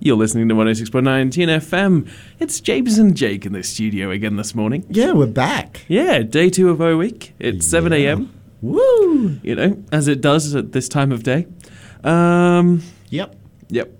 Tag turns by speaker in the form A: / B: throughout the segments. A: You're listening to 106.9 TNFM. It's James and Jake in the studio again this morning.
B: Yeah, we're back.
A: Yeah, day two of our week. It's 7 a.m.,
B: Woo!
A: you know, as it does at this time of day. Um,
B: Yep.
A: yep.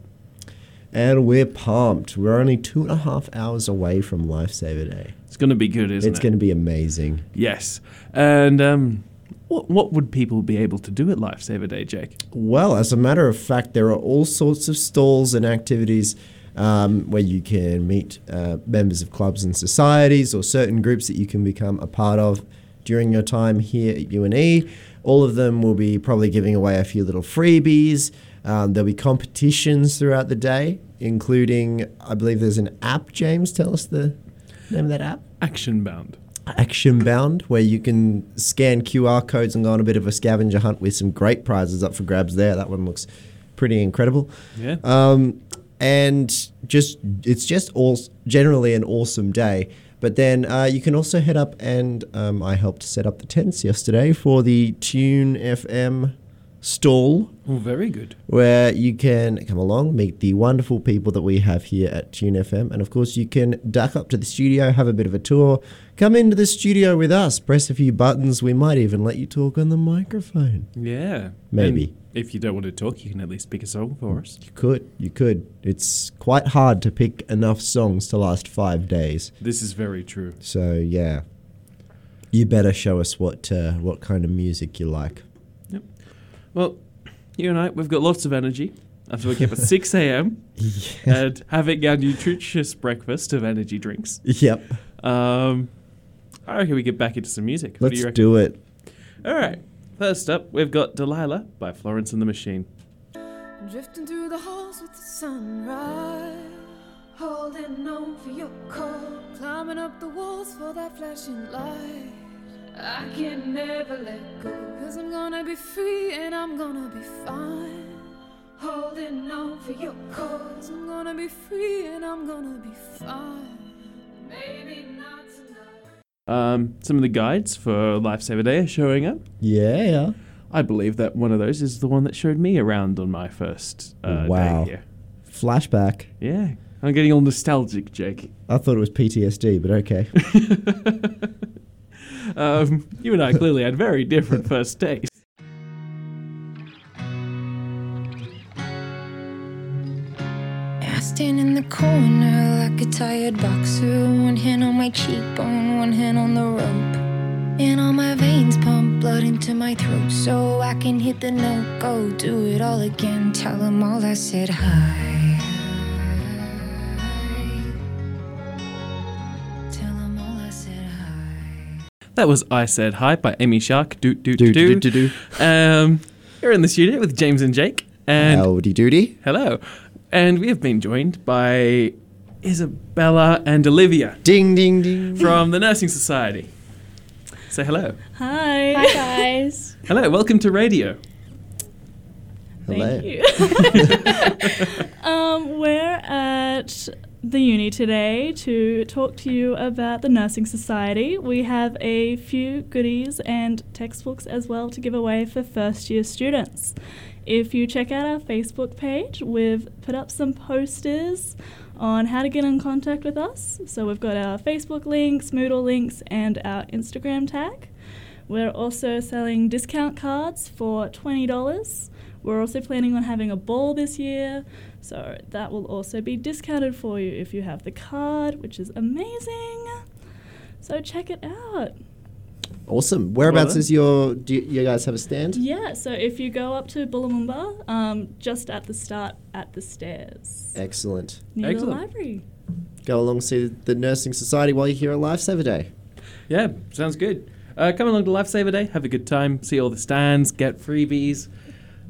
B: And we're pumped. We're only two and a half hours away from Lifesaver Day.
A: It's going to be good, isn't
B: it's
A: it?
B: going to be amazing.
A: yes. And um, what, what would people be able to do at Lifesaver Day, Jake?
B: Well, as a matter of fact, there are all sorts of stalls and activities um, where you can meet uh, members of clubs and societies or certain groups that you can become a part of during your time here at UNE. All of them will be probably giving away a few little freebies. Um, there'll be competitions throughout the day, including, I believe there's an app, James. Tell us the name of that app.
A: Action bound.
B: Action Bound, where you can scan QR codes and go on a bit of a scavenger hunt with some great prizes up for grabs there. That one looks pretty incredible.
A: Yeah.
B: Um, and just it's just all generally an awesome day. But then uh, you can also head up and um, I helped set up the tents yesterday for the Tune FM stall
A: Oh, very good.
B: where you can come along, meet the wonderful people that we have here at Tune FM, and of course you can duck up to the studio, have a bit of a tour, come into the studio with us, press a few buttons, we might even let you talk on the microphone.
A: Yeah.
B: Maybe.
A: And if you don't want to talk, you can at least pick a song for us.
B: You could, you could. It's quite hard to pick enough songs to last five days,
A: This is very true.
B: so yeah, you better show us what uh, what kind of music you like.
A: Well, you and I, we've got lots of energy after waking up at 6 a.m. and having our nutritious breakfast of energy drinks.
B: Yep,
A: Um, I reckon we get back into some music. what do
B: let's
A: you reckon?
B: do it.
A: All right. First up, we've got Delilah by Florence and the Machine.
C: Drifting through the halls with the sunrise. Holding on for your call. Climbing up the walls for that flashing light. I can never let go. Cause I'm gonna be free and I'm gonna be fine. Holding on for your call. Cause I'm gonna be free and I'm gonna be fine. Maybe not tonight.
A: Um, some of the guides for Lifesaver Day are showing up.
B: Yeah,
A: I believe that one of those is the one that showed me around on my first uh,
B: Wow.
A: day here.
B: flashback.
A: Yeah. I'm getting all nostalgic, Jake.
B: I thought it was PTSD, but okay.
A: Um, you and I clearly had very different first dates.
D: I stand in the corner like a tired boxer. One hand on my cheekbone, one hand on the rope. And all my veins pump blood into my throat so I can hit the no go. Do it all again. Tell them all I said hi. Tell 'em all I said hi.
A: That was I Said Hi by Amy Shark. Doot, doot,
B: Do,
A: doot.
B: do, do, do.
A: Um, you're in the studio with James and Jake. And
B: Howdy doody.
A: hello. And we have been joined by Isabella and Olivia
B: Ding, ding, ding.
A: from the Nursing Society. Say hello.
E: Hi. Hi, guys.
A: Hello, welcome to radio.
B: Hello.
E: Thank you. um, we're at the uni today to talk to you about the Nursing Society. We have a few goodies and textbooks as well to give away for first year students. If you check out our Facebook page, we've put up some posters on how to get in contact with us. So we've got our Facebook links, Moodle links, and our Instagram tag. We're also selling discount cards for $20. We're also planning on having a ball this year, so that will also be discounted for you if you have the card, which is amazing. So check it out.
B: Awesome. Whereabouts
A: then.
B: is your? Do you, you guys have a stand?
E: Yeah, so if you go up to Bulamumba, um, just at the start at the stairs
B: Excellent.
E: near
A: Excellent.
E: the library.
B: Go along see the nursing society while you're here at Lifesaver Day.
A: Yeah, sounds good. Uh, come along to Lifesaver Day, have a good time, see all the stands, get freebies,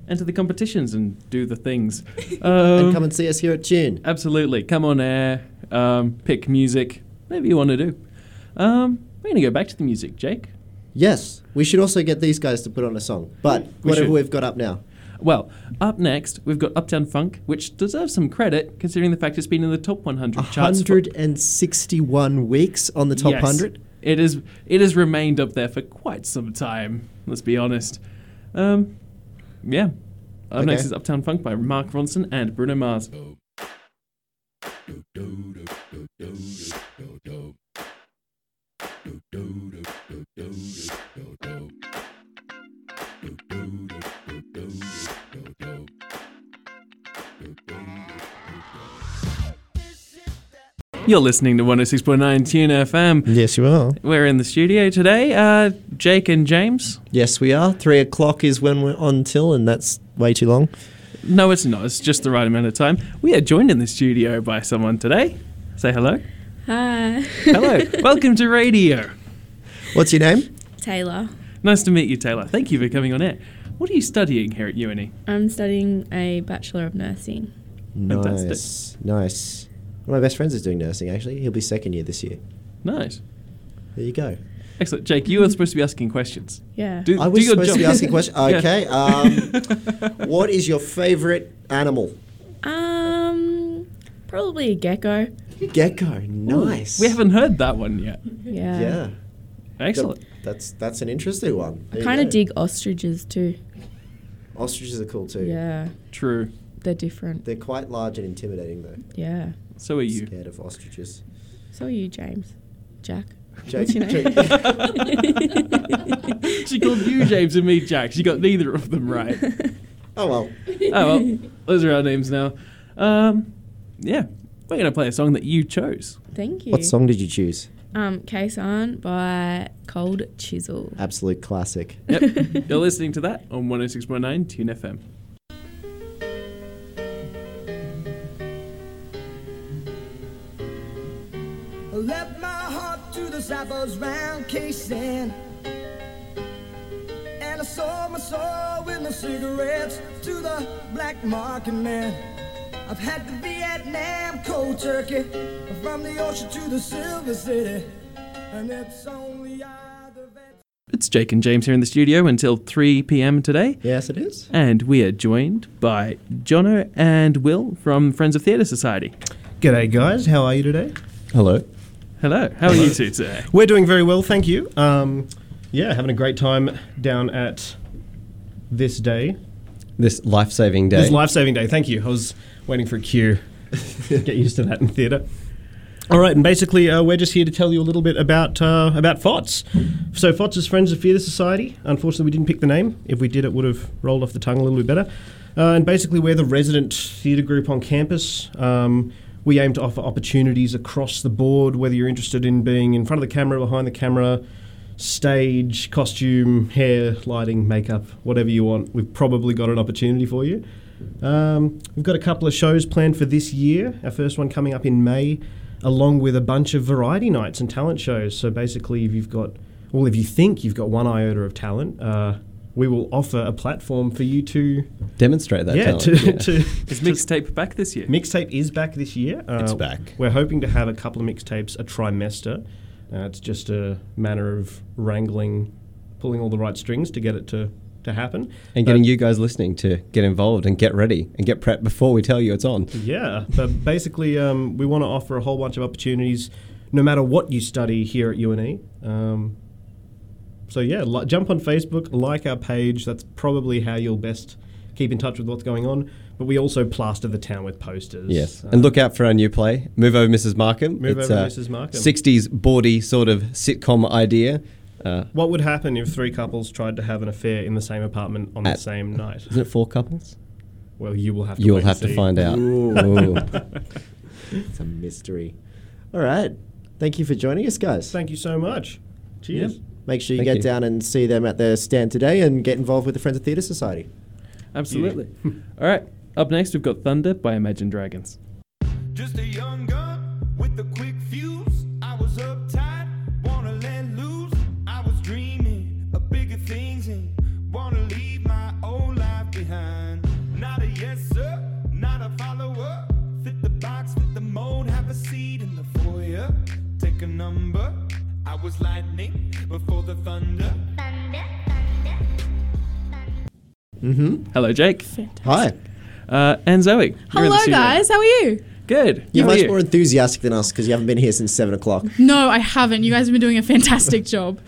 A: enter the competitions, and do the things. Um,
B: and come and see us here at Tune.
A: Absolutely. Come on air, um, pick music, whatever you want to do. Um, we're going to go back to the music, Jake.
B: Yes, we should also get these guys to put on a song. But
A: We
B: whatever
A: should.
B: we've got up now.
A: Well, up next, we've got Uptown Funk, which deserves some credit considering the fact it's been in the top 100 charts. for-
B: 161 weeks on the top
A: Yes.
B: 100.
A: It, is, it has remained up there for quite some time, let's be honest. Um, yeah. Up
B: Okay.
A: next is Uptown Funk by Mark Ronson and Bruno Mars. You're listening to 106.9 Tune FM.
B: Yes, you are.
A: We're in the studio today. Uh, Jake and James.
B: Yes, we are. Three o'clock is when we're on till, and that's way too long.
A: No, it's not. It's just the right amount of time. We are joined in the studio by someone today. Say hello.
F: Hi.
A: Hello. Welcome to radio.
B: What's your name?
F: Taylor.
A: Nice to meet you, Taylor. Thank you for coming on air. What are you studying here at UNE?
F: I'm studying a Bachelor of Nursing.
G: Mm.
A: Fantastic.
B: Nice, nice. One of my best friends is doing nursing. Actually, he'll be second year this year.
A: Nice.
B: There you go.
A: Excellent. Jake, you were supposed to be asking questions.
F: Yeah.
A: Do,
B: I
A: do
B: was
A: your
B: supposed
A: job.
B: to be asking questions.
A: Yeah.
B: Okay. Um, what is your favorite animal?
F: um, probably a gecko.
B: Gecko. Nice.
A: We haven't heard that one yet.
F: Yeah.
B: Yeah.
A: Excellent.
B: That's that's an interesting one.
F: I
B: There you
F: kind of
B: go.
F: dig ostriches too.
B: Ostriches are cool too.
F: Yeah.
A: True.
F: They're different.
B: They're quite large and intimidating though.
F: Yeah.
A: So are you.
B: Scared of ostriches.
F: So are you, James. Jack.
B: Jake,
F: What's your name?
B: Jake-
A: she called you James and me Jack. She got neither of them right.
B: Oh well.
A: Oh well, those are our names now. Um, yeah, we're gonna play a song that you chose.
F: Thank you.
B: What song did you choose?
F: Um, Kaysan by Cold Chisel.
B: Absolute classic.
A: Yep, you're listening to that on 106.9 Tune FM.
H: I Let my heart to the zapper's round casing. And I sold my soul with my cigarettes to the black market man. I've had the Vietnam cold turkey from the ocean to the silver city. And it's only I, the vet.
A: It's Jake and James here in the studio until 3 p.m. today,
B: Yes, it is.
A: and we are joined by Jono and Will from Friends of Theatre Society.
I: G'day, guys. How are you today?
B: Hello.
A: Hello, how are you two today?
I: We're doing very well, thank you. Um, yeah, having a great time down at this day.
B: This life-saving day.
I: This life saving day, thank you. I was waiting for a cue. Get used to that in theatre. All right, and basically, uh, we're just here to tell you a little bit about uh, about FOTS. So, FOTS is Friends of Theatre Society. Unfortunately, we didn't pick the name. If we did, it would have rolled off the tongue a little bit better. Uh, and basically, we're the resident theatre group on campus. Um, we aim to offer opportunities across the board, whether you're interested in being in front of the camera, behind the camera, stage, costume, hair, lighting, makeup, whatever you want. We've probably got an opportunity for you. Um, we've got a couple of shows planned for this year. Our first one coming up in May, along with a bunch of variety nights and talent shows. So basically, if you've got, well, if you think you've got one iota of talent, uh, we will offer a platform for you to,
J: demonstrate that
I: yeah,
J: talent.
I: to,
J: yeah.
I: to
A: Is mixtape back this year?
I: mixtape is back this year. Uh,
J: It's back.
I: We're hoping to have a couple of mixtapes a trimester. Uh, it's just a matter of wrangling, pulling all the right strings to get it to to happen.
J: and
I: But-
J: getting you guys listening to get involved and get ready and get prepped before we tell you it's on.
I: Yeah, but basically, um, we want to offer a whole bunch of opportunities, no matter what you study here at UNE. Um, so yeah, li- jump on Facebook, like our page. That's probably how you'll best keep in touch with what's going on. But we also plaster the town with posters. Uh,
J: Yes, and look out for our new play, Move Over Mrs. Markham.
I: Move
J: it's
I: Over
J: a
I: Mrs. Markham.
J: 60s bawdy sort of sitcom idea. Uh,
I: What would happen if three couples tried to have an affair in the same apartment on the
J: At-
I: same night?
J: isn't it four couples?
I: Well, you will have to.
J: You'll
I: wait and
J: have to
I: see.
J: find out. Ooh.
B: It's a mystery. All right. Thank you for joining us, guys.
I: Thank you so much. Cheers.
B: Make sure you get
J: Thank you.
B: down and see them at their stand today and get involved with the Friends of Theatre Society.
A: Absolutely. All right, up next we've got Thunder by Imagine Dragons.
K: Just a young gun with a quick fuse. I was uptight, wanna let loose. I was dreaming of bigger things and wanna leave my old life behind. Not a yes, sir, not a follower. Fit the box, fit the mold, have a seat in the foyer. Take a number. I was lightning before the thunder.
I: Mm-hmm.
A: Hello, Jake.
B: Hi.
A: Uh, and Zoe. You're in the
L: Hello,
A: studio.
L: guys. How are you?
A: Good.
B: You're
A: How are
B: much
A: you?
B: more enthusiastic than us because you haven't been here since 7 o'clock.
L: No, I haven't. You guys have been doing a fantastic job.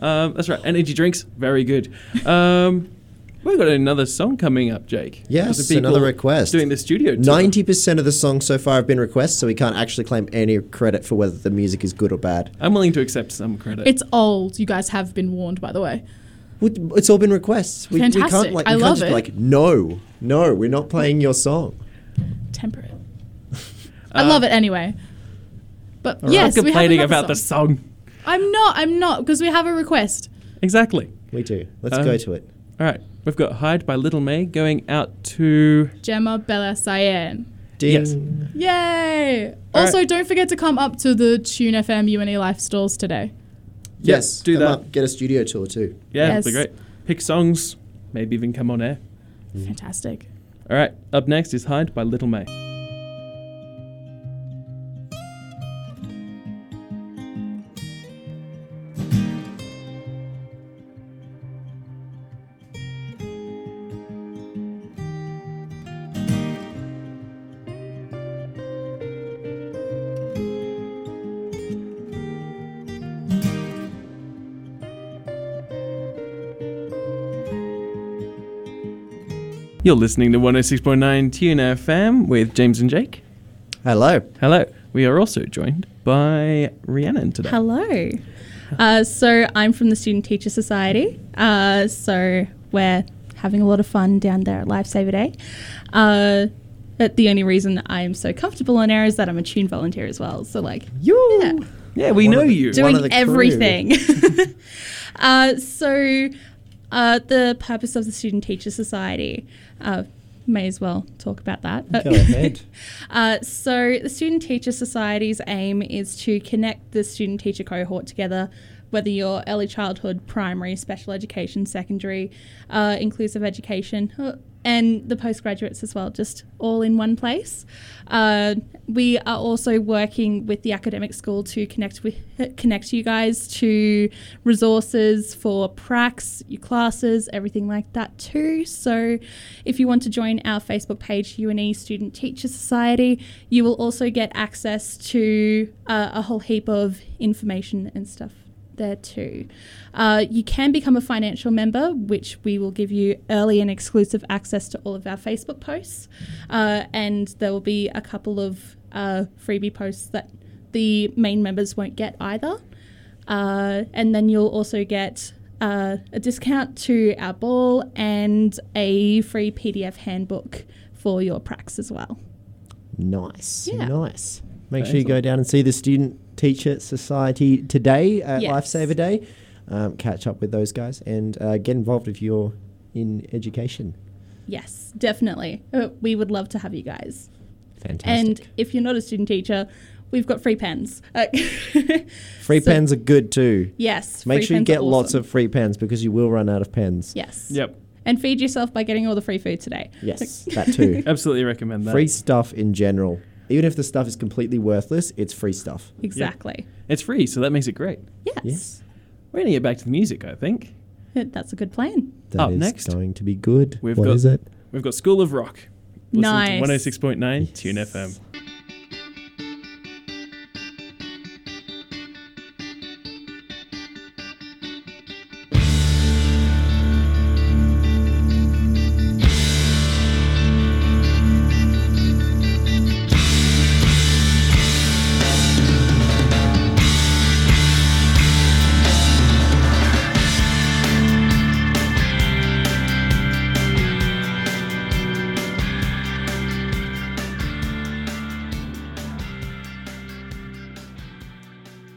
A: Um, that's right. Energy drinks, very good. Um, we've got another song coming up, Jake.
B: Yes,
A: For the people
B: another request.
A: Doing the studio. tour.
B: 90% of the songs so far have been requests, so we can't actually claim any credit for whether the music is good or bad.
A: I'm willing to accept some credit.
L: It's old. You guys have been warned, by the way.
B: We- It's all been requests. We, We
L: Fantastic.
B: can't, like,
L: I
B: we
L: love
B: can't just be
L: it.
B: like, no, no, we're not playing your song. Uh,
L: Temperate. I love it anyway. But
A: All right.
L: yes,
A: I'm
L: we have
A: complaining
L: another
A: about the
L: song.
A: song.
L: I'm not. I'm not because we have a request.
A: Exactly. Um,
B: We do. Let's go to it.
A: All right. We've got Hide by Little May going out to.
L: Gemma Bella Cyan.
B: Ding.
A: Yes.
L: Yay! also, don't forget to come up to the Tune FM UNE Life E stalls today.
B: Yes,
A: do
B: come
A: that.
B: Up, get a studio tour too.
A: Yeah, that'd be
L: Yes.
A: great. Pick songs, maybe even come on air.
B: Mm.
L: Fantastic.
A: All right. Up next is Hide by Little May. You're listening to 106.9 Tune FM with James and Jake.
B: Hello.
A: Hello. We are also joined by Rhiannon today.
F: Hello. Uh, so I'm from the Student Teacher Society. Uh, so we're having a lot of fun down there at Lifesaver Day. Uh, but the only reason I'm so comfortable on air is that I'm a tune volunteer as well. So like, yeah,
A: Yeah, we know you.
F: doing everything. uh, so uh, the purpose of the Student Teacher Society. Uh, may as well talk about that.
B: Go ahead.
F: Uh, so, the Student Teacher Society's aim is to connect the student teacher cohort together, whether you're early childhood, primary, special education, secondary, uh, inclusive education, uh, and the postgraduates as well, just all in one place. Uh, we are also working with the academic school to connect with connect you guys to resources for pracs, your classes, everything like that too. So if you want to join our Facebook page, UNE Student Teacher Society, you will also get access to uh, a whole heap of information and stuff there too. Uh, you can become a financial member, which we will give you early and exclusive access to all of our Facebook posts. Uh, and there will be a couple of uh, freebie posts that the main members won't get either. Uh, and then you'll also get uh, a discount to our ball and a free PDF handbook for your pracs as well.
B: Nice.
F: Yeah.
B: Nice. Make sure you go down and see the Student Teacher Society today at
F: Yes.
B: Lifesaver Day. Um, catch up with those guys and uh, get involved if you're in education.
F: Yes, definitely. Uh, we would love to have you guys.
B: Fantastic.
F: And if you're not a student teacher, we've got free pens. Uh,
B: free
F: so-
B: pens are good too.
F: Yes,
B: Make
F: free
B: sure you
F: pens are
B: get lots
F: awesome.
B: of free pens because you will run out of pens.
F: Yes.
A: Yep.
F: And feed yourself by getting all the free food today.
B: Yes, that too.
A: Absolutely recommend that.
B: Free stuff in general. Even if the stuff is completely worthless, it's free stuff.
F: Exactly.
A: It's free, so that makes it great.
F: Yes.
A: We're going to get back to the music, I think.
F: Uh, That's a good plan.
B: That
A: Up
B: is
A: next,
B: going to be good. What
A: We've
B: is
A: got-
B: it?
A: We've got School of Rock. Listen
F: Nice.
A: to 106.9 Tune FM.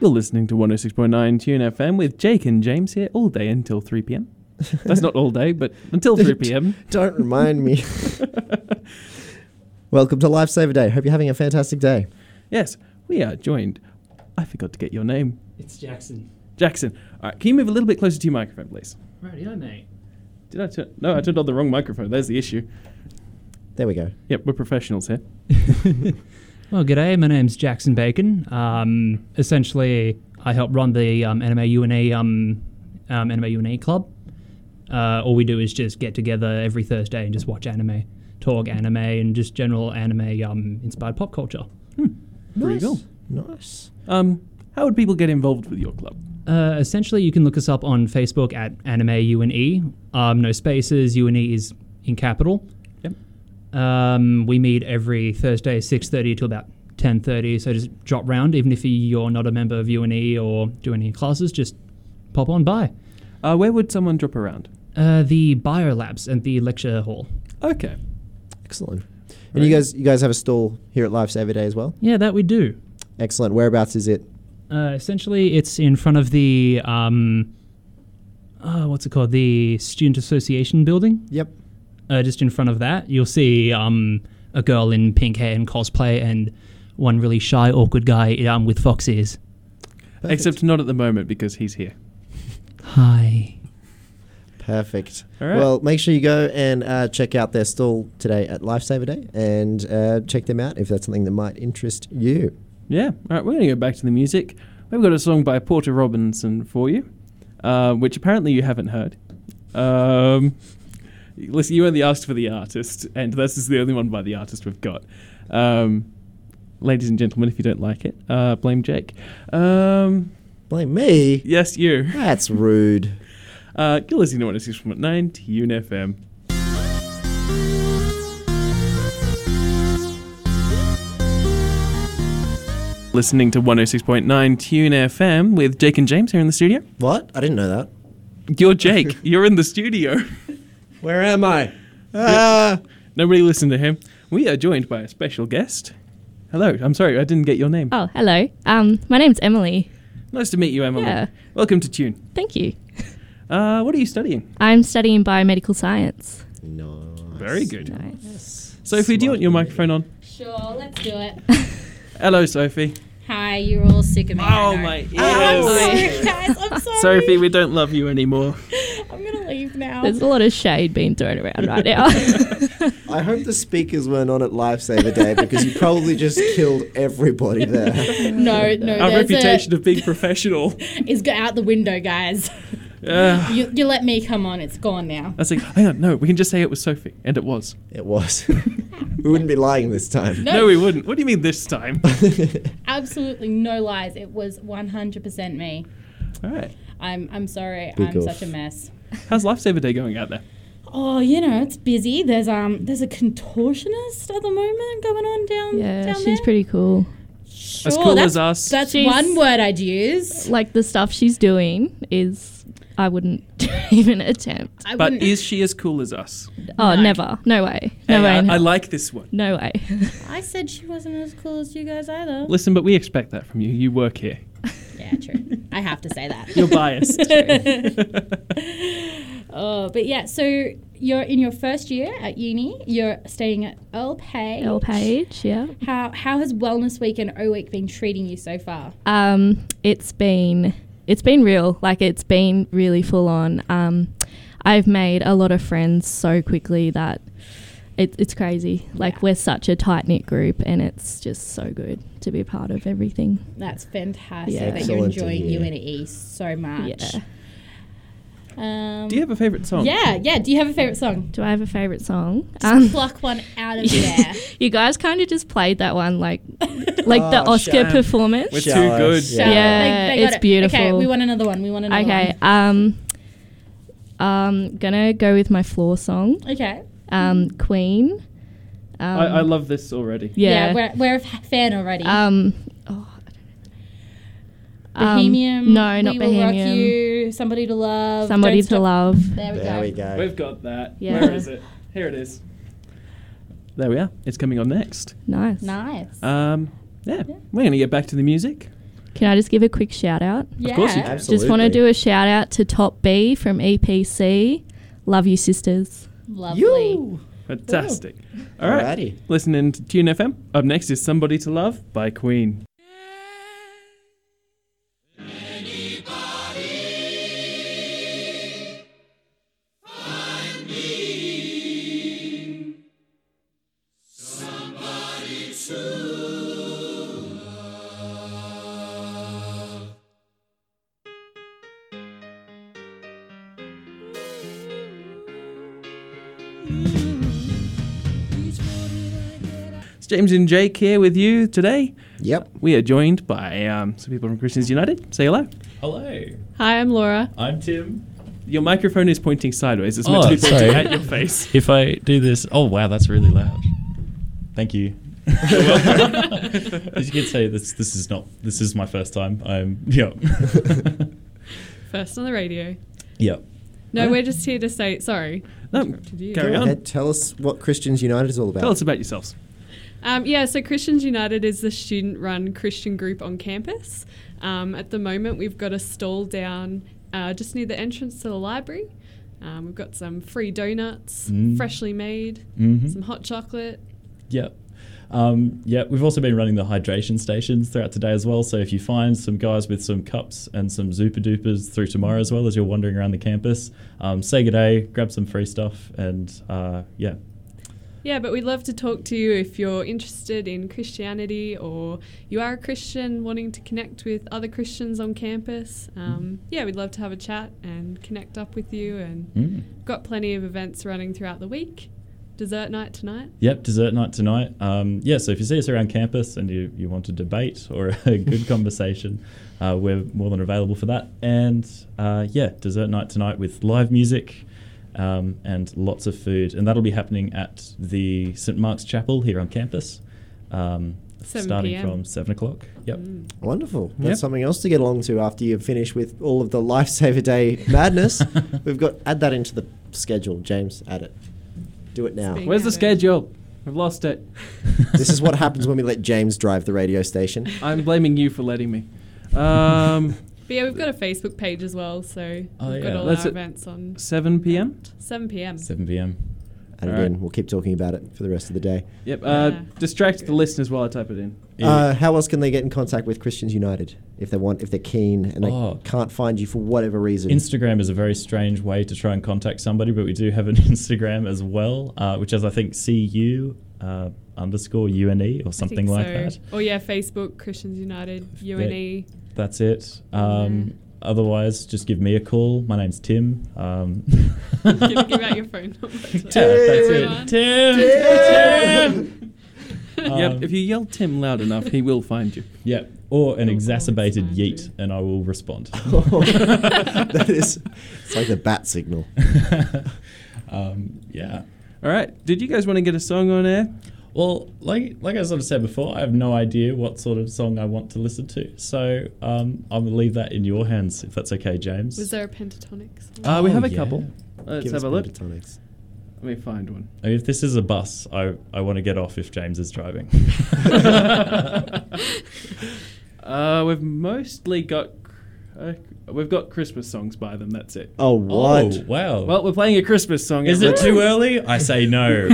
A: You're listening to 106.9 Tune FM with Jake and James here all day until 3 p.m. That's not all day, but until 3 p.m.
B: Don't remind me. Welcome to Lifesaver Day. Hope you're having a fantastic day.
A: Yes, we are joined. I forgot to get your name.
M: It's Jackson.
A: Jackson. All right, can you move a little bit closer to your microphone, please?
M: Radio, mate.
A: Did I turn? No, I turned on the wrong microphone. There's the issue.
B: There we go.
A: Yep, we're professionals here.
M: Well, g'day. My name's Jackson Bacon. Um, essentially, I help run the um, Anime UNE um, um, Anime UNE Club. Uh, all we do is just get together every Thursday and just watch anime, talk anime, and just general anime um, inspired pop culture.
A: Pretty cool.
B: Nice.
A: Um, how would people get involved with your club?
M: Uh, essentially, you can look us up on Facebook at Anime UNE. Um, no spaces. UNE is in capital.
A: Yep.
M: Um, we meet every Thursday, six thirty to about ten thirty. So just drop round, even if you're not a member of UNE or do any classes, just pop on by.
A: Uh, where would someone drop around?
M: Uh, the biolabs and the lecture hall.
A: Okay.
B: Excellent. And you guys, you guys have a stall here at Lifesaver Day as well.
M: Yeah, that we do.
B: Excellent. Whereabouts is it?
M: Uh, essentially, it's in front of the um, uh, what's it called? The Student Association building.
B: Yep.
M: Uh, just in front of that, you'll see um, a girl in pink hair and cosplay, and one really shy, awkward guy um, with fox ears.
A: Except not at the moment because he's here.
M: Hi.
B: Perfect.
A: All right.
B: Well, make sure you go and uh, check out their stall today at Lifesaver Day and uh, check them out if that's something that might interest you.
A: Yeah. All right, we're going to go back to the music. We've got a song by Porter Robinson for you, uh, which apparently you haven't heard. Um, listen, you only asked for the artist, and this is the only one by the artist we've got. Um, ladies and gentlemen, if you don't like it, uh, blame Jake. Um,
B: blame me?
A: Yes, you.
B: That's rude.
A: Uh, you're listening to 106.9 to UNFM. Listening to 106.9 Tune FM with Jake and James here in the studio.
B: What? I didn't know that.
A: You're Jake. You're in the studio.
B: Where am I? Ah.
A: Nobody listened to him. We are joined by a special guest. Hello. I'm sorry, I didn't get your name.
G: Oh, hello. Um, my name's Emily.
A: Nice to meet you, Emily.
G: Yeah.
A: Welcome to Tune.
G: Thank you.
A: Uh, what are you studying?
G: I'm studying biomedical science.
A: Very good. Sophie, do you want your microphone on?
C: Sure, let's do it.
A: Hello, Sophie.
C: Hi, you're all sick of me.
A: Oh my ears.
C: I'm sorry, guys. I'm sorry.
A: Sophie, we don't love you anymore.
C: I'm gonna leave now.
G: There's a lot of shade being thrown around right now.
B: I hope the speakers weren't on at Lifesaver Day because you probably just killed everybody there.
C: no, no.
A: Our
C: there's
A: reputation of being professional. Uh,
C: A, is go- out the window, guys.
A: Ugh.
C: You, you let me come on. It's gone now.
A: I was like, hang on, no, we can just say it was Sophie. And it was.
B: It was. we wouldn't be lying this time.
A: No, we wouldn't. What do you mean this time?
C: Absolutely no lies. It was 100% me.
A: All right.
C: I'm I'm sorry.
A: Big
C: I'm
A: off.
C: such a mess.
A: How's Lifesaver Day going out there?
C: Oh, you know, it's busy. There's um there's a contortionist at the moment going on down
G: yeah,
C: down
G: she's
C: there.
G: pretty cool.
C: Sure, that's, That's one word I'd use.
G: Like the stuff she's doing is, I wouldn't even attempt.
C: I
A: But is she as cool as us?
G: Oh, never. No way. No
A: Hey,
G: way.
A: I,
G: in
A: I
G: hell.
A: like this one.
G: No way.
C: I said she wasn't as cool as you guys either.
A: Listen, but we expect that from you. You work here.
C: Yeah, true. I have to say that.
A: You're biased.
C: oh, but yeah, so you're in your first year at uni. You're staying at Earl Page.
G: L page, yeah.
C: How how has Wellness Week and O Week been treating you so far?
G: Um, it's been it's been real. Like it's been really full on. Um, I've made a lot of friends so quickly that it, it's crazy. Like we're such a tight knit group, and it's just so good to be a part of everything.
C: That's fantastic that
G: Yeah.
C: you're
G: Excellent to
C: enjoying
G: hear.
C: UNE so much.
G: Yeah.
C: Um,
A: Do you have a favourite song?
C: Yeah, yeah. Do you have a favorite song?
G: Do I have a favorite song? Um,
C: Just pluck one out of the air.
G: you guys kind of just played that one like like the
C: Oh,
G: Oscar
C: shut up.
G: performance.
A: Ah, We're too Shallow, good.
G: Yeah,
A: yeah.
C: They- they got
G: it's
C: it.
G: beautiful.
C: Okay, we want another one. We want another
G: Okay, um, um, gonna go with my floor song.
C: one. Okay.
G: Um, Queen. Um,
A: I, I love this already.
G: Yeah.
C: we're, Uh, we're a f- fan already.
G: Um, oh, I don't know. Um,
C: Bohemian.
G: no, not
C: we Will rock
G: Bohemian.
C: you, somebody to love.
G: Somebody
C: Don't
G: to
C: Stop-
G: Love.
C: There we go.
A: We've got that.
G: Yeah.
A: Where is it? Here it is. There we are. It's coming on next.
G: Nice.
C: Nice.
A: Um, yeah. We're going to get back to the music.
G: Can I just give a quick shout out?
A: Of course you Yeah. can.
G: Just want
A: Absolutely.
G: to do a shout out to Top B from EPC. Love you, sisters.
C: Lovely.
A: Fantastic. All right.
B: Alrighty.
A: Listening to Tune FM. Up next is Somebody to Love by Queen.
N: Somebody to love.
A: It's James and Jake here with you today.
B: Yep.
A: We are joined by um, some people from Christians United. Say hello.
O: Hello,
F: Hi, I'm Laura.
O: I'm Tim.
A: Your microphone is pointing sideways. It's meant to be pointing at your face.
O: Oh, If I do this, oh wow, that's really loud. Thank you. As you can see, this this is not this is my first time. I'm yeah
P: First on the radio.
O: yeah.
P: No, we're just here to say sorry.
A: No,
P: Interrupted you.
B: Go ahead, tell us what Christians United is all about.
A: Tell us about yourselves.
P: Um, yeah, so Christians United is the student run Christian group on campus. Um, at the moment, we've got a stall down uh, just near the entrance to the library. Um, we've got some free donuts,
O: Mm.
P: freshly made,
O: Mhm.
P: some hot chocolate.
O: Yep. Um, yeah, we've also been running the hydration stations throughout today as well. So if you find some guys with some cups and some Zupa Dupas through tomorrow as well as you're wandering around the campus, um, say good day, grab some free stuff, and uh, yeah,
P: Yeah, but we'd love to talk to you if you're interested in Christianity or you are a Christian wanting to connect with other Christians on campus. Um, yeah, we'd love to have a chat and connect up with you. And
O: Mm.
P: got plenty of events running throughout the week. Dessert night tonight.
O: Yep, dessert night tonight. Um, yeah, so if you see us around campus and you, you want a debate or a good conversation, uh, we're more than available for that. And uh, yeah, dessert night tonight with live music um, and lots of food. And that'll be happening at the St. Mark's Chapel here on campus, um,
P: 7
O: starting
P: PM.
O: from 7 o'clock. Yep.
B: Wonderful. That's
O: Yep.
B: something else to get along to after you finish with all of the Lifesaver Day madness. We've got add that into the schedule, James. Add it. Do it now.
A: Where's the schedule? I've lost it.
B: this is what happens when we let James drive the radio station.
A: I'm blaming you for letting me. Um,
P: But yeah, we've got a Facebook page as well, so
O: Oh,
P: we've
O: yeah.
P: got all
A: That's
P: our
A: it.
P: events on
A: 7 p.m.
P: 7 p.m.
O: 7 p.m.
B: And
A: All
B: again, we'll keep talking about it for the rest of the day.
A: Yep. Uh, Distract the listeners while I type it in.
B: Uh, how else can they get in contact with Christians United if they want, if they're keen and they
O: Oh.
B: can't find you for whatever reason?
O: Instagram is a very strange way to try and contact somebody, but we do have an Instagram as well, uh, which is I think CU uh, underscore UNE or something
P: think
O: like
P: so.
O: that.
P: Or yeah, Facebook, Christians United, E. UNE.
O: That's it. Um, Otherwise, just give me a call. My name's Tim. Um,
P: give, give out your phone number. to
O: Yeah, that's it.
P: everyone.
A: Tim!
O: Um,
A: Uh, yep. If you yell Tim loud enough, he will find you.
O: yeah, or an exacerbated yeet, and I will respond.
B: Oh. that is, it's like the bat signal.
O: um, yeah.
A: All right. Did you guys want to get a song on air?
O: Well, like like I sort of said before, I have no idea what sort of song I want to listen to, so um, I'm gonna leave that in your hands if that's okay, James.
P: Was there a pentatonics?
A: Uh, we
O: Oh,
A: have a
O: yeah.
A: couple. Let's
B: Give
A: have
B: us
A: a look.
B: pentatonics.
A: Let me find one.
O: I mean, if this is a bus, I, I want to get off if James is driving.
A: Uh, we've mostly got. Uh, we've got Christmas songs by them. That's it.
B: Oh, what?
O: Oh, wow.
A: Well, we're playing a Christmas song.
O: is it
A: everyone.
O: too early? I say no.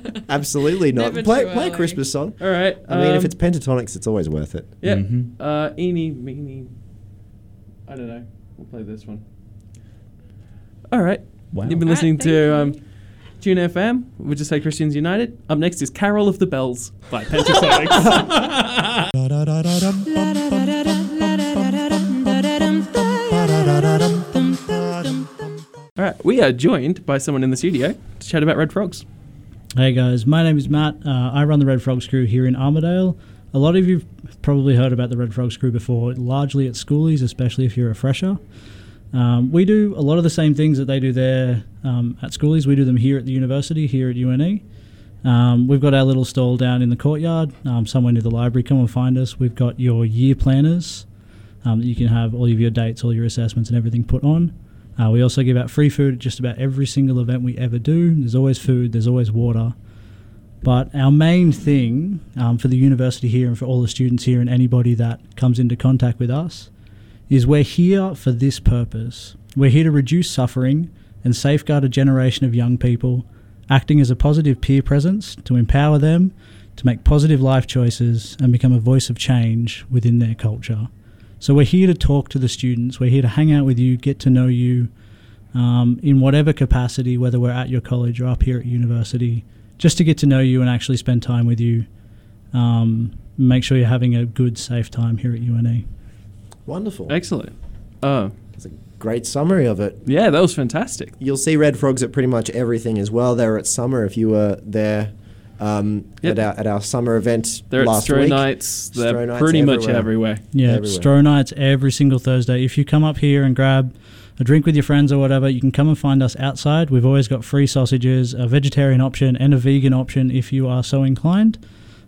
B: No, absolutely not.
A: Never
B: Play,
A: too
B: play a
A: early.
B: Christmas song.
A: All right.
B: I mean, if
A: um,
B: it's pentatonics, it's always worth it.
A: Yeah.
O: Mhm.
B: Mm-hmm.
A: Uh, eeny, meeny. I don't know. We'll play this one. All right.
O: Wow.
A: You've been
O: All right,
A: listening
O: thank
A: to um, Tune FM. We just say Christians United. Up next is Carol of the Bells by Pentatonics. All right. We are joined by someone in the studio to chat about Red Frogs.
Q: Hey guys, my name is Matt. Uh, I run the Red Frogs crew here in Armadale. A lot of you've probably heard about the Red Frogs crew before, largely at schoolies, especially if you're a fresher. Um, we do a lot of the same things that they do there um, at schoolies. We do them here at the university, here at UNE. Um, we've got our little stall down in the courtyard, um, somewhere near the library. Come and find us. We've got your year planners um, that you can have all of your dates, all your assessments, and everything put on. Uh, we also give out free food at just about every single event we ever do. There's always food, there's always water. But our main thing um, for the university here and for all the students here and anybody that comes into contact with us is we're here for this purpose. We're here to reduce suffering and safeguard a generation of young people, acting as a positive peer presence to empower them to make positive life choices and become a voice of change within their culture. So we're here to talk to the students, we're here to hang out with you, get to know you um, in whatever capacity, whether we're at your college or up here at university, just to get to know you and actually spend time with you. Um, make sure you're having a good, safe time here at E. UNE.
B: Wonderful.
A: Excellent. Oh.
B: That's a great summary of it.
A: Yeah, that was fantastic.
B: You'll see Red Frogs at pretty much everything as well. They were at summer if you were there um, at,
A: Yep.
B: our, at our summer event
A: They're at
B: last
A: Stroh
B: week.
A: Nights. They're
B: Stroh Nights
A: pretty much everywhere.
Q: Yeah,
B: Everywhere.
Q: Stroh nights every single Thursday. If you come up here and grab a drink with your friends or whatever, you can come and find us outside. We've always got free sausages, a vegetarian option, and a vegan option if you are so inclined.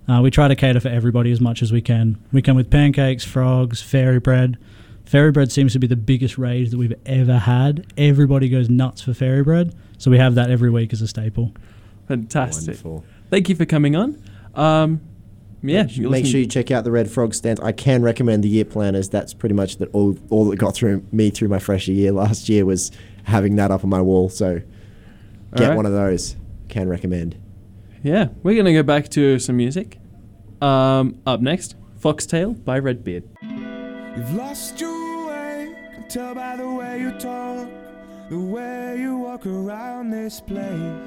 Q: Uh, we try to cater for everybody as much as we can. We come with pancakes, frogs, fairy bread. Fairy bread seems to be the biggest rage that we've ever had. Everybody goes nuts for fairy bread, so we have that every week as a staple.
A: Fantastic. Thank you for coming on. Um, yeah, you're
B: Make
A: listening-
B: sure you check out the Red Frog stands. I can recommend the year planners. That's pretty much that all all that got through me through my fresher year last year was having that up on my wall. So get
A: Alright.
B: one of those. Can recommend.
A: Yeah, we're gonna go back to some music. Um, up next, Foxtail by Redbeard.
K: You've lost your way. Can tell by the way you talk, the way you walk around this place,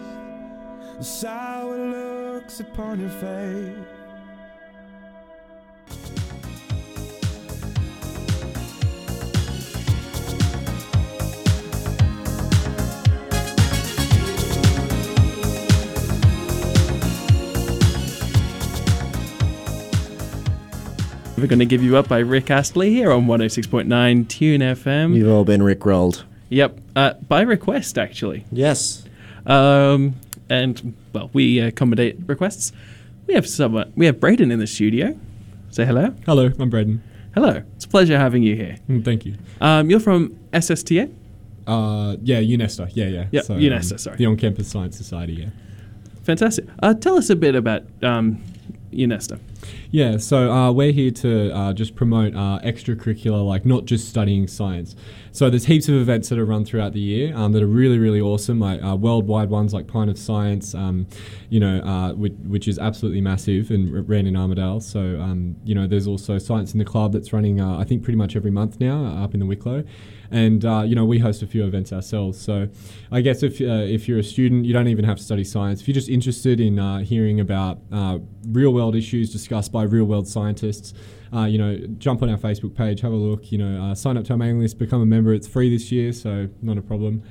K: the sour looks upon your face.
A: We're gonna give you up by Rick Astley here on 106.9 Tune FM.
B: You've all been rickrolled.
A: Yep, uh, by request actually.
B: Yes.
A: Um, and well, we accommodate requests. We have someone. We have Braden in the studio. Say hello.
R: Hello, I'm Braden.
A: Hello. It's a pleasure having you here.
R: Mm, Thank you.
A: Um, you're from SSTA.
R: Uh, yeah, UNESTA. Yeah, yeah.
A: Yeah,
R: So, um,
A: UNESTA, sorry.
R: The On Campus Science Society, yeah.
A: Fantastic. Uh, tell us a bit about um, UNESTA.
R: Yeah, so uh, we're here to uh, just promote uh, extracurricular, like not just studying science. So there's heaps of events that are run throughout the year um, that are really, really awesome, like uh, worldwide ones like Pint of Science, um, you know, uh, which, which is absolutely massive and r- ran in Armidale. So, um, you know, there's also Science in the Club that's running, uh, I think, pretty much every month now uh, up in the Wicklow. And, uh, you know, we host a few events ourselves. So I guess if, uh, if you're a student, you don't even have to study science. If you're just interested in uh, hearing about uh, real world issues discussed by real world scientists, uh, you know, jump on our Facebook page, have a look, you know, uh, sign up to our mailing list, become a member. It's free this year, so not a problem.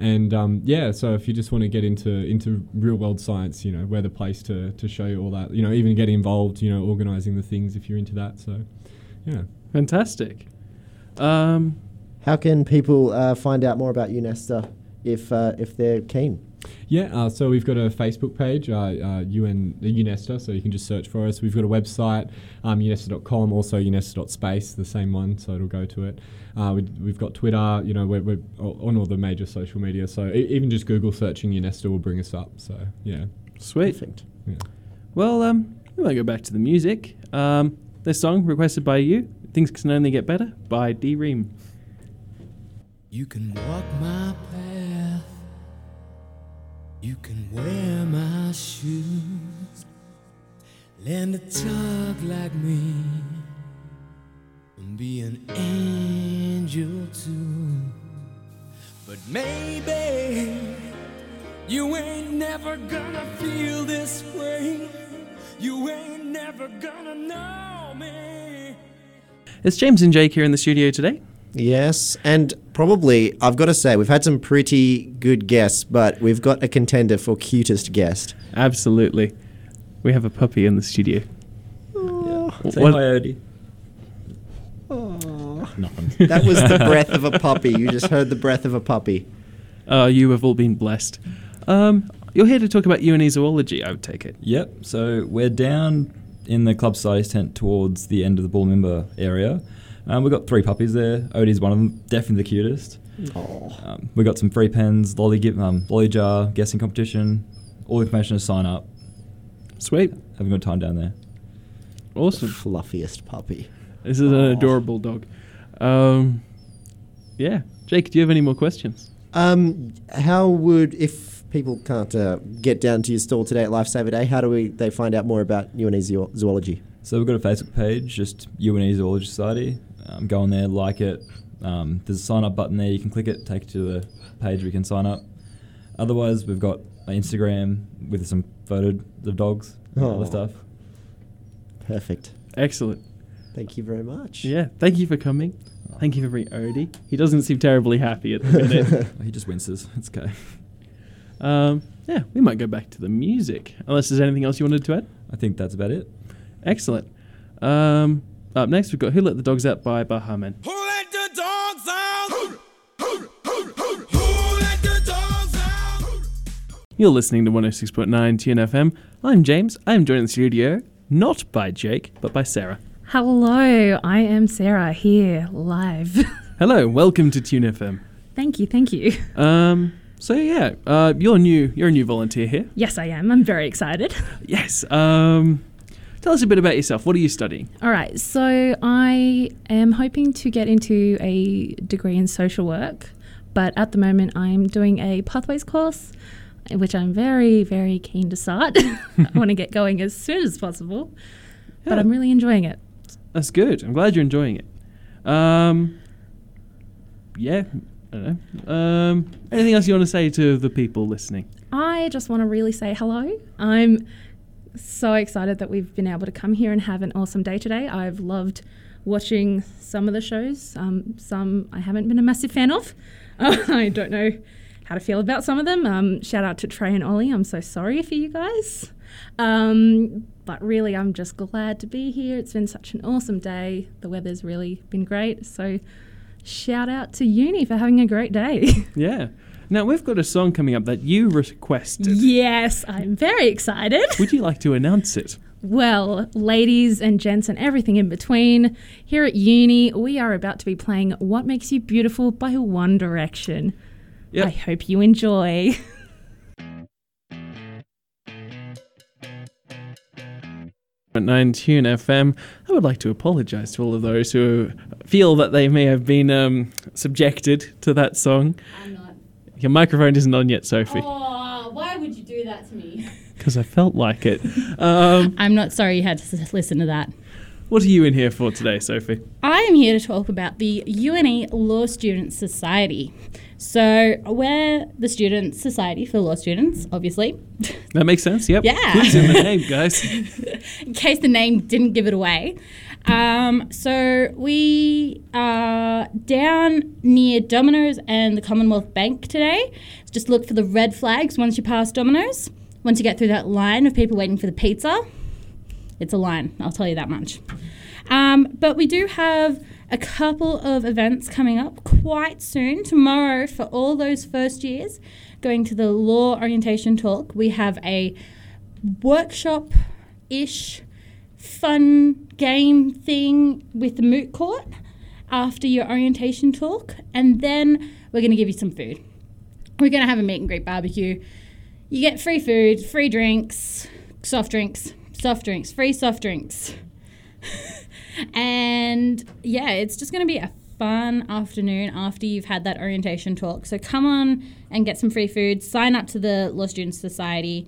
R: And um, yeah, so if you just want to get into into real world science, you know, we're the place to, to show you all that. You know, even get involved, you know, organizing the things if you're into that. So, yeah.
A: Fantastic. Um,
B: How can people uh, find out more about UNESTA if uh, if they're keen?
R: Yeah, uh, so we've got a Facebook page, uh, uh, UN, uh, UNESTA, so you can just search for us. We've got a website, um, unesta.com, also unesta.space, the same one, so it'll go to it. Uh, we, we've got Twitter, you know, we're, we're o- on all the major social media, so e- even just Google searching UNESTA will bring us up, so yeah.
A: Sweet. Well, um, we might go back to the music. Um, this song requested by you, "Things Can Only Get Better" by D Ream.
S: You can walk my path. You can wear my shoes. Learn to talk like me. And be an angel too. But maybe you ain't never gonna feel this way. You ain't never gonna know me.
A: It's James and Jake here in the studio today.
B: Yes, and probably I've got to say we've had some pretty good guests, but we've got a contender for cutest guest.
A: Absolutely, we have a puppy in the studio.
B: Say hi,
A: Odie.
B: Oh. That was the breath of a puppy. You just heard the breath of a puppy.
A: Uh, you have all been blessed. Um, you're here to talk about UNE zoology, I would take it.
T: Yep. So we're down in the club size tent towards the end of the bull member area. Um, we've got three puppies there. Odie's one of them, definitely the cutest. Um, we got some free pens, lolly, gi- um, lolly jar, guessing competition. All information to sign up.
A: Sweet.
T: Having a good time down there.
A: Awesome.
B: fluffiest puppy.
A: This is an adorable dog. Um, yeah, Jake, do you have any more questions?
B: Um, how would if people can't uh, get down to your stall today at Lifesaver Day? How do we they find out more about UNE zoo- zoology?
T: So we've got a Facebook page, just UNE Zoology Society. Um, go on there, like it. Um, there's a sign up button there. You can click it, take you to the page where you can sign up. Otherwise, we've got an Instagram with some photos of dogs and
B: Aw.
T: other stuff.
B: Perfect.
A: Excellent.
B: Thank you very much.
A: Yeah, thank you for coming. Thank you for being Odie. He doesn't seem terribly happy at the minute.
T: Oh, he just winces. It's okay.
A: um, yeah, we might go back to the music, unless there's anything else you wanted to add.
T: I think that's about it.
A: Excellent. Um, up next, we've got "Who Let the Dogs Out" by Bahaman.
K: Let the dogs out. Who let the dogs out?
A: You're listening to 106.9 TNFM. I'm James. I am joined in the studio not by Jake, but by Sarah.
U: Hello, I am Sarah here live.
A: Hello, welcome to Tune FM.
U: thank you, thank you.
A: Um, so yeah, uh, you're new. You're a new volunteer here.
U: Yes, I am. I'm very excited.
A: Yes. Um, Tell us a bit about yourself. What are you studying?
U: All right, so I am hoping to get into a degree in social work, but at the moment I'm doing a pathways course, which I'm very, very keen to start. I want to get going as soon as possible, but
A: Yeah.
U: I'm really enjoying it.
A: That's good. I'm glad you're enjoying it. Um, yeah, I don't know. Um, anything else you want to say to the people listening?
U: I just want to really say hello. I'm so excited that we've been able to come here and have an awesome day today. I've loved watching some of the shows. Um, some I haven't been a massive fan of. I don't know how to feel about some of them. Um, shout out to Trey and Ollie. I'm so sorry for you guys. Um, but really, I'm just glad to be here. It's been such an awesome day. The weather's really been great. So, shout out to Uni for having a great day.
A: Yeah. Now we've got a song coming up that you requested.
U: yes, I'm very excited.
A: Would you like to announce it?
U: Well, ladies and gents and everything in between, here at uni, we are about to be playing What Makes You Beautiful by One Direction. I hope you enjoy.
A: At 9 Tune FM, I would like to apologise to all of those who feel that they may have been um, subjected to that song. I'm not. Your microphone isn't on yet, Sophie,
C: Oh, why would you do that to me?
A: because I felt like it. Um,
C: I'm not Oh, sorry you had to s- listen to that.
A: what are you in here for today, Sophie?
C: I am here to talk about the UNE Law Students Society. So, we're the student society for law students, obviously.
A: That makes sense. Yep.
C: Yeah.
A: Clues in the name, guys.
C: in case the name didn't give it away. Um, so we are down near Domino's and the Commonwealth Bank today. Just look for the red flags once you pass Domino's. Once you get through that line of people waiting for the pizza, it's a line, I'll tell you that much. Um, but we do have a couple of events coming up quite soon. Tomorrow, for all those first years going to the law orientation talk, we have a workshop ish fun game thing with the moot court after your orientation talk. And then we're going to give you some food. We're going to have a meet and greet barbecue. You get free food, free drinks, soft drinks, soft drinks, free soft drinks. and yeah, it's just going to be a fun afternoon after you've had that orientation talk. So come on and get some free food, sign up to the Law Students Society.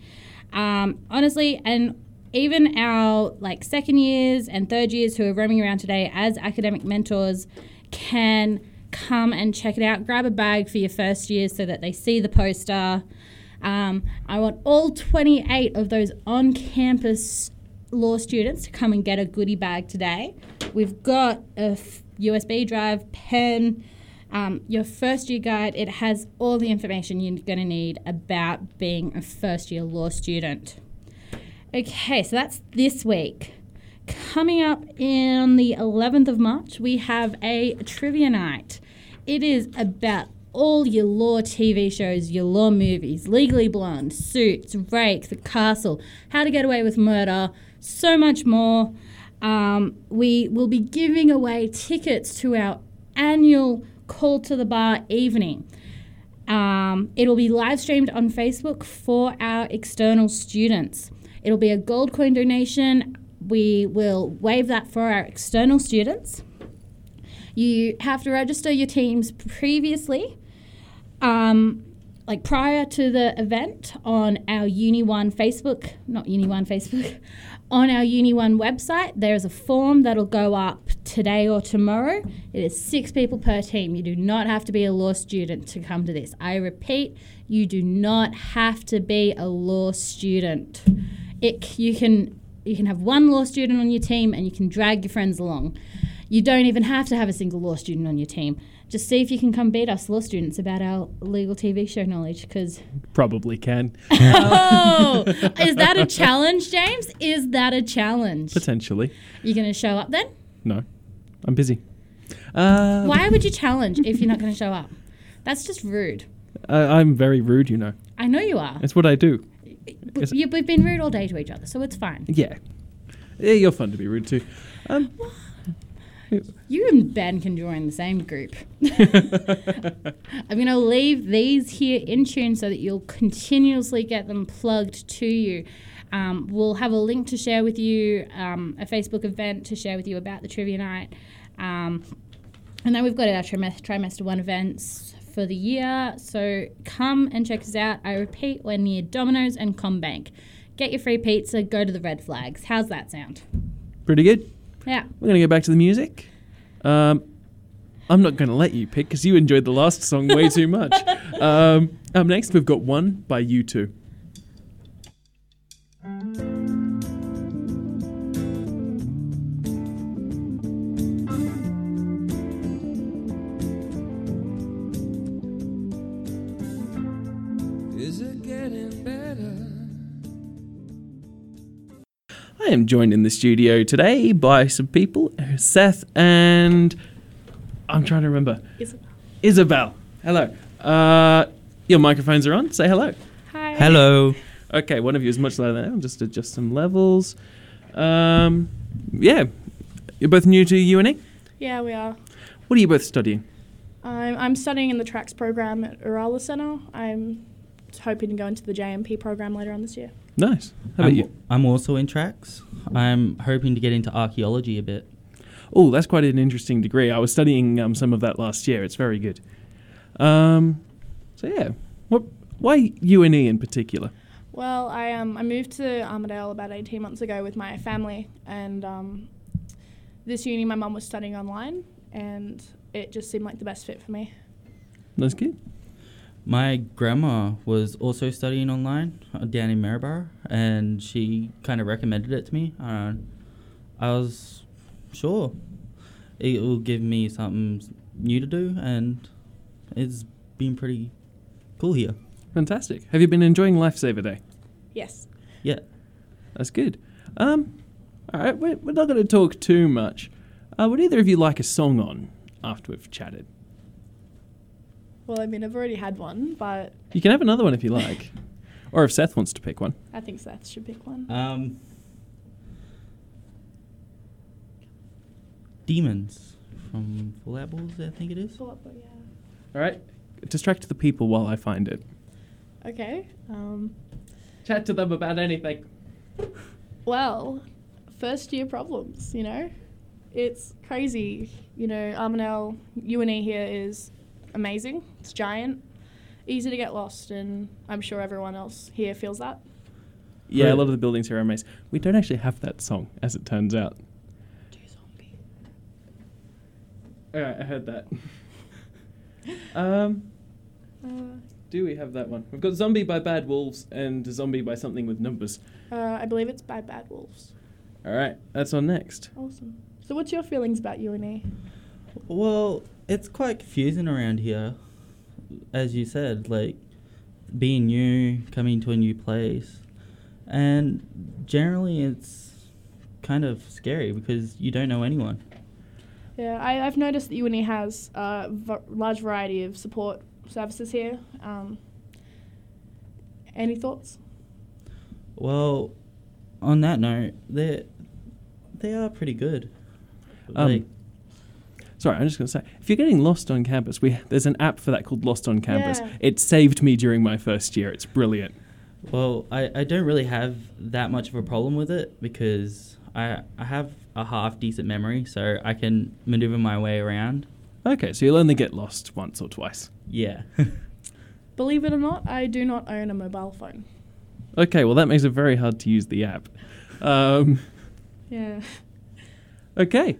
C: Um, honestly, and even our like second years and third years who are roaming around today as academic mentors can come and check it out. Grab a bag for your first years so that they see the poster. Um, I want all 28 of those on campus law students to come and get a goodie bag today. We've got a f- USB drive, pen, um, your first year guide. It has all the information you're going to need about being a first year law student. Okay, so that's this week. Coming up in the 11th of March, we have a trivia night. It is about all your law TV shows, your law movies, Legally Blonde, Suits, Rake, The Castle, How to Get Away with Murder, so much more. Um, we will be giving away tickets to our annual Call to the Bar evening. Um, it'll be live streamed on Facebook for our external students. It'll be a gold coin donation. We will waive that for our external students. You have to register your teams previously, um, like prior to the event on our Uni One Facebook, not Uni One Facebook, on our Uni One website. There is a form that'll go up today or tomorrow. It is six people per team. You do not have to be a law student to come to this. I repeat, you do not have to be a law student. It, c- you can you can have one law student on your team and you can drag your friends along. You don't even have to have a single law student on your team. Just see if you can come beat us law students about our legal TV show knowledge because
A: Probably can.
C: oh, is that a challenge, James? Is that a challenge?
A: Potentially.
C: You're going to show up then?
A: No. I'm busy. Uh,
C: Why would you challenge if you're not going to show up? That's just rude.
A: I, I'm very rude, you know.
C: I know you are.
A: It's what I do.
C: B-
A: Is it-
C: you- We've been rude all day to each other, so it's fine.
A: Yeah. Yeah, you're fun to be rude to. Um,
C: You and Ben can join the same group. I'm going to leave these here in tune so that you'll continuously get them plugged to you. Um, we'll have a link to share with you, um, a Facebook event to share with you about the trivia night. Um, and then we've got our trimester, trimester one events for the year. So come and check us out. I repeat, we're near Domino's and Combank. Get your free pizza, go to the red flags. How's that sound?
A: Pretty good.
C: Yeah.
A: We're going to go back to the music. Um, I'm not going to let you pick because you enjoyed the last song way too much. Um, up next, we've got one by you two.
K: Is it getting better?
A: I am joined in the studio today by some people, Seth and I'm trying to remember.
E: Isabel.
A: Isabel. Hello. Uh, your microphones are on. Say hello.
E: Hi.
A: Hello. Okay, one of you is much lower than I am. Just adjust some levels. Um, yeah, you're both new to UNE.
D: Yeah, we are.
A: What are you both studying?
D: I'm, I'm studying in the tracks program at Urala Centre. I'm hoping to go into the JMP program later on this year.
A: Nice. How about
V: I'm,
A: you?
V: I'm also in tracks. I'm hoping to get into archaeology a bit.
A: Oh, that's quite an interesting degree. I was studying um, some of that last year. It's very good. Um, so yeah, what? Why UNE in particular?
D: Well, I um, I moved to Armadale about 18 months ago with my family, and um, this uni my mum was studying online, and it just seemed like the best fit for me.
A: That's good.
V: My grandma was also studying online uh, down in Maryborough, and she kind of recommended it to me. Uh, I was sure it will give me something s- new to do, and it's been pretty cool here.
A: Fantastic. Have you been enjoying Lifesaver Day?
D: Yes.
V: Yeah.
A: That's good. Um, all right, we're, we're not going to talk too much. Uh, would either of you like a song on after we've chatted?
D: Well, I mean, I've already had one, but
A: You can have another one if you like, or if Seth wants to pick one.
D: I think Seth should pick one.
V: Um, Demons from Full Out Boys, I think it is.
D: Full Out Boy, yeah.
A: All right, distract the people while I find it.
D: Okay. Um,
A: Chat to them about anything.
D: well, first year problems, you know? It's crazy. You know, Armanel, UNE E here is amazing. It's giant, easy to get lost, and I'm sure everyone else here feels that.
A: Yeah, a
V: Right.
A: lot of the buildings here are amazing. We don't actually have that song, as it turns out. All right, I heard that. um, do we have that one? We've got Zombie by Bad Wolves and Zombie by something with numbers.
D: Uh, I believe it's by Bad Wolves.
A: All right, that's on next.
D: Awesome. So, what's your feelings about E? UNE?
V: Well, it's quite confusing around here, as you said, like being new, coming to a new place. And generally, it's kind of scary because you don't know anyone.
D: Yeah, I, I've noticed that UNE has a v- large variety of support services here. Um, any thoughts?
V: Well, on that note, they they are pretty good.
A: Um,
V: like,
A: Sorry, I'm just going to say, if you're getting lost on campus, we there's an app for that called Lost on Campus.
V: Yeah.
A: It saved me during my first year. It's brilliant.
V: Well, I, I don't really have that much of a problem with it because I I have a half decent memory, so I can maneuver my way around.
A: Okay, so you'll only get lost once or twice.
V: Yeah.
D: Believe it or not, I do not own a mobile phone.
A: Okay, well that makes it very hard to use the app. Um,
D: Yeah.
A: okay,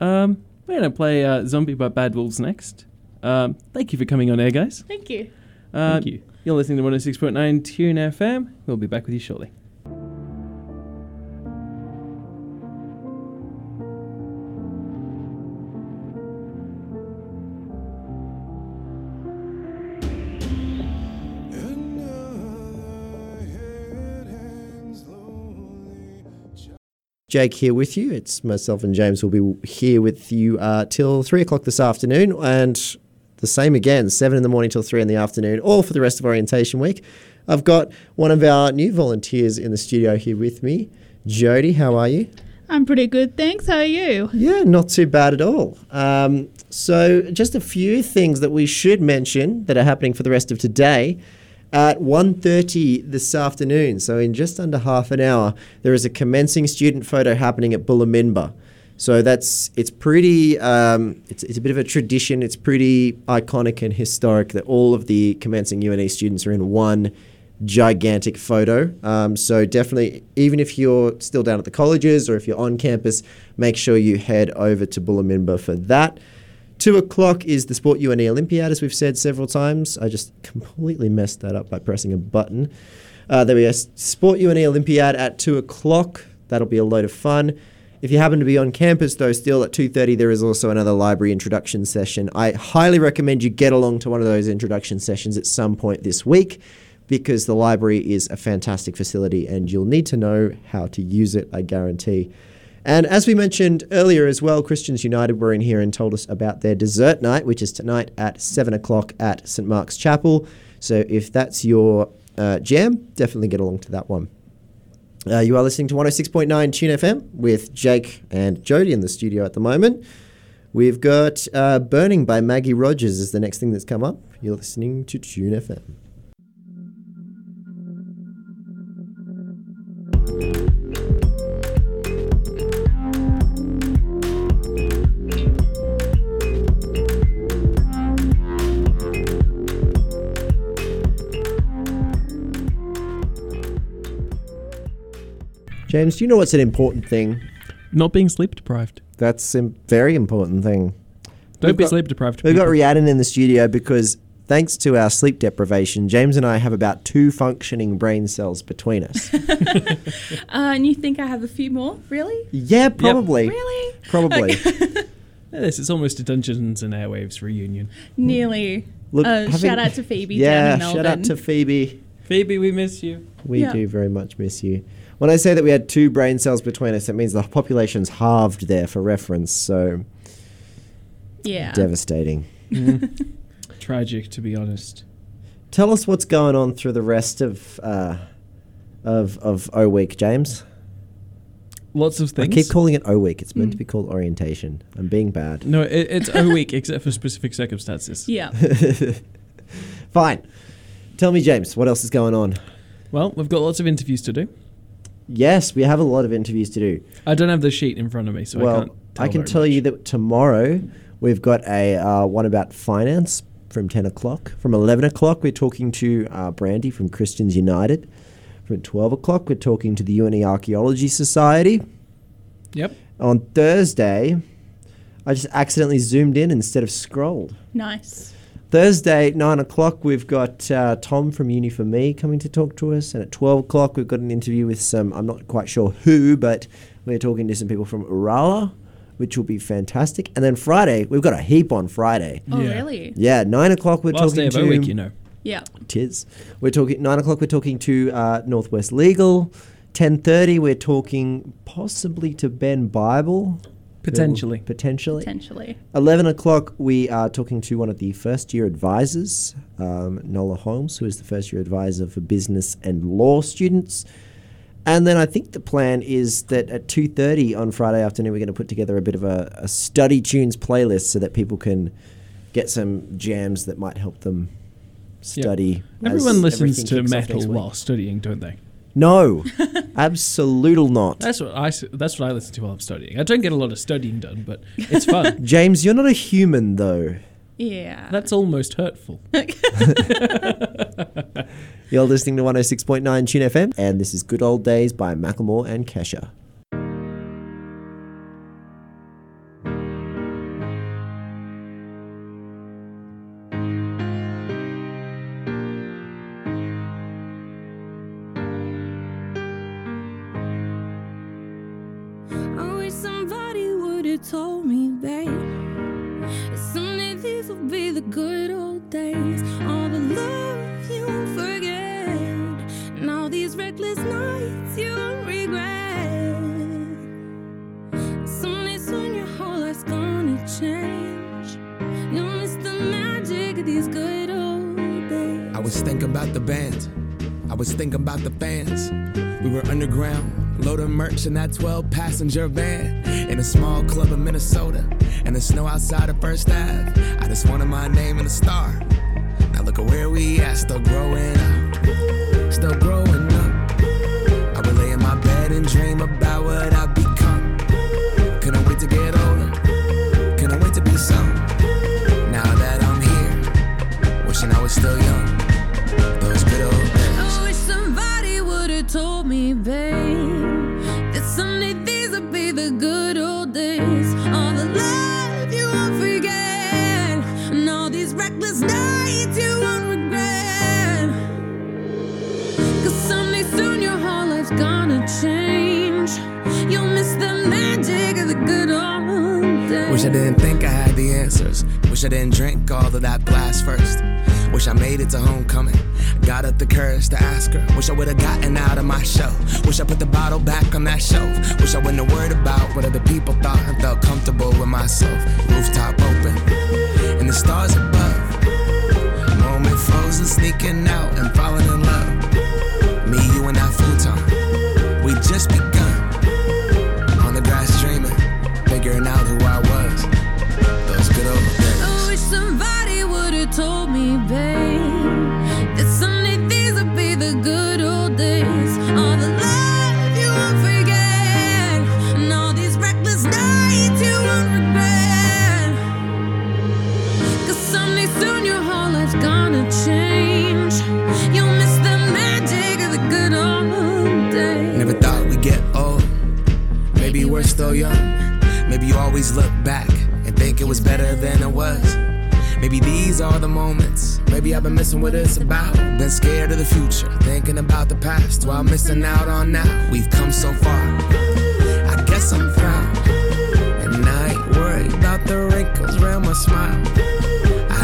A: um, we're gonna play uh, "Zombie" by Bad Wolves next. Um, thank you for coming on air, guys.
D: Thank you.
A: Uh,
V: Thank you.
A: You're listening to 106.9 Tune FM. We'll be back with you shortly.
B: Jake here with you. It's myself and James will be here with you uh, till three o'clock this afternoon, and the same again, seven in the morning till three in the afternoon, all for the rest of orientation week. I've got one of our new volunteers in the studio here with me, Jody. How are you?
W: I'm pretty good, thanks. How are you?
B: Yeah, not too bad at all. Um, so, just a few things that we should mention that are happening for the rest of today. at 1.30 this afternoon, so in just under half an hour, there is a commencing student photo happening at Bullaminba. So that's it's pretty um, it's, it's a bit of a tradition. It's pretty iconic and historic that all of the commencing UNE students are in one gigantic photo. Um, so definitely, even if you're still down at the colleges or if you're on campus, make sure you head over to Bullaminba for that. Two o'clock is the Sport UNE Olympiad, as we've said several times. I just completely messed that up by pressing a button. Uh, there we go. Sport UNE Olympiad at two o'clock. That'll be a load of fun. If you happen to be on campus though, still at 2:30 there is also another library introduction session. I highly recommend you get along to one of those introduction sessions at some point this week because the library is a fantastic facility and you'll need to know how to use it, I guarantee. And as we mentioned earlier as well, Christians United were in here and told us about their dessert night, which is tonight at 7 o'clock at St. Mark's Chapel. So if that's your uh, jam, definitely get along to that one. Uh, you are listening to 106.9 Tune FM with Jake and Jody in the studio at the moment. We've got uh, Burning by Maggie Rogers is the next thing that's come up. You're listening to Tune FM. James, do you know what's an important thing?
A: Not being sleep deprived.
B: That's a very important thing.
A: Don't
B: We've
A: be
B: got-
A: sleep deprived.
B: We've got
A: people.
B: Rhiannon in the studio because thanks to our sleep deprivation, James and I have about two functioning brain cells between us.
F: Uh, and you think I have a few more? Really?
B: yeah, probably.
F: Really?
B: Probably.
A: Yeah, This is almost a Dungeons and Airwaves reunion.
F: Nearly.
B: Look,
F: uh,
B: having-
F: shout out to Phoebe
B: yeah,
F: down in Melbourne.
B: shout out to Phoebe.
A: Phoebe, we miss you.
B: We
F: Yeah.
B: do very much miss you. When I say that we had two brain cells between us, that means the population's halved there for reference. So
F: Yeah.
B: devastating. Mm-hmm.
A: Tragic, to be honest.
B: Tell us what's going on through the rest of uh, of of O week, James.
A: Lots of
B: I
A: things.
B: keep calling it O week. It's meant
F: Mm.
B: to be called orientation. I'm being bad.
A: No, it, it's O week except for specific circumstances.
B: Fine. Tell me, James, what else is going on?
A: Well, we've got lots of interviews to do.
B: Yes, we have a lot of interviews to do.
A: I don't have the sheet in front of me, so I
B: well,
A: can't. Tell
B: I, can
A: very
B: tell you that tomorrow we've got a uh, one about finance from 10 o'clock. From 11 o'clock, we're talking to uh, Brandy from Christians United. From 12 o'clock, we're talking to the UNE Archaeology Society.
A: Yep.
B: On Thursday, I just accidentally zoomed in instead of scrolled.
F: Nice.
B: Thursday, 9 o'clock, we've got uh, Tom from Uni for Me coming to talk to us. And at 12 o'clock, we've got an interview with some, I'm not quite sure who, but we're talking to some people from Urala, which will be fantastic. And then Friday, we've got a heap on Friday.
F: Oh, Yeah. really?
B: Yeah, 9 o'clock, we're
A: Last day
B: talking to.
A: of O week, you know.
F: Yeah.
B: Tis. We're talking, 9 o'clock, we're talking to uh, Northwest Legal. 10.30, we're talking possibly to Ben Bible.
A: Potentially.
B: Potentially.
F: Potentially.
B: 11 o'clock, we are talking to one of the first year advisors, um, Nola Holmes, who is the first year advisor for business and law students. And then I think the plan is that at 2.30 on Friday afternoon, we're going to put together a bit of a, a study tunes playlist so that people can get some jams that might help them
A: Yeah.
B: study. as
A: Everyone listens
B: everything
A: to
B: kicks off
A: metal
B: next week.
A: while studying, don't they?
B: No, absolutely not.
A: That's what I. s- That's what I listen to while I'm studying. I don't get a lot of studying done, but it's fun.
B: James, you're not a human, though.
F: Yeah.
A: That's almost hurtful.
B: You're listening to 106.9 Tune FM, and this is Good Old Days by Macklemore and Kesha.
H: I wish somebody would have told me, babe. that Someday these will be the good old days. All the love you forget, and all these reckless nights you regret. Someday soon your whole life's gonna change. You'll miss the magic of these good old days.
I: I was thinking about the bands. I was thinking about the fans. We were underground, loaded merch in that 12 passenger van. In a small club in Minnesota, and the snow outside of First Ave. I just wanted my name in the star.
X: Now look at where we at, still growing up. Still growing up. I would lay in my bed and dream about what I've become. Couldn't wait to get older. Couldn't wait to be some. Now that I'm here, wishing I was still young. Those good old days.
H: I wish somebody would have told me, babe, that someday these would be the good old days. All the love you won't forget, and all these reckless nights you won't regret. Cause someday soon your whole life's gonna change. You'll miss the magic of the good old days.
X: Wish I didn't think I had the answers. Wish I didn't drink all of that glass first. Wish I made it to homecoming. Got up the courage to ask her. Wish I would have gotten out of my shell. Wish I put the bottle back on that shelf. Wish I wouldn't have worried about what other people thought and felt comfortable with myself. Rooftop open and the stars above. Moment frozen, sneaking out and falling in love. Me, you, and that futon. We just begun on the grass dreaming, figuring out who I was. Those good old days.
H: I wish somebody would have told me, babe, that someday these would be the good old days. All the love you won't forget, and all these reckless nights you won't regret. Cause someday soon your whole life's gonna change. You'll miss the magic of the good old days.
X: Never thought we'd get old. Maybe we're still young. Maybe you always look back and think it was better than it was. Maybe these are the moments. Maybe I've been missing what it's about. Been scared of the future, thinking about the past while missing out on now. We've come so far. I guess I'm proud. And I ain't worried about the wrinkles around my smile.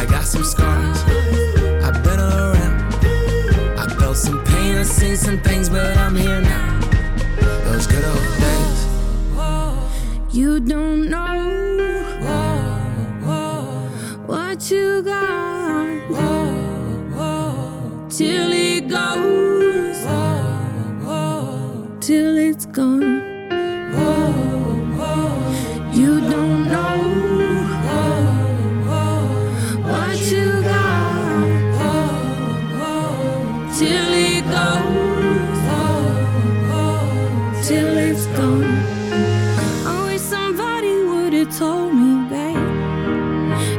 X: I got some scars. I've been around. I felt some pain, I seen some things, but I'm here now. Those good old days.
H: You don't know what you got till it goes, till it's gone. You don't know what you got till it goes, till it's gone. I wish somebody would have told me, babe.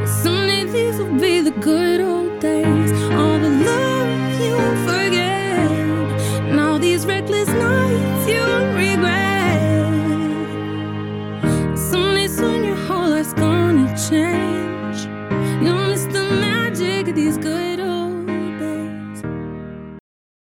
H: Someday these will be the good old days. All the love you won't forget, and all these reckless nights you won't regret. Someday soon your whole life's gonna change.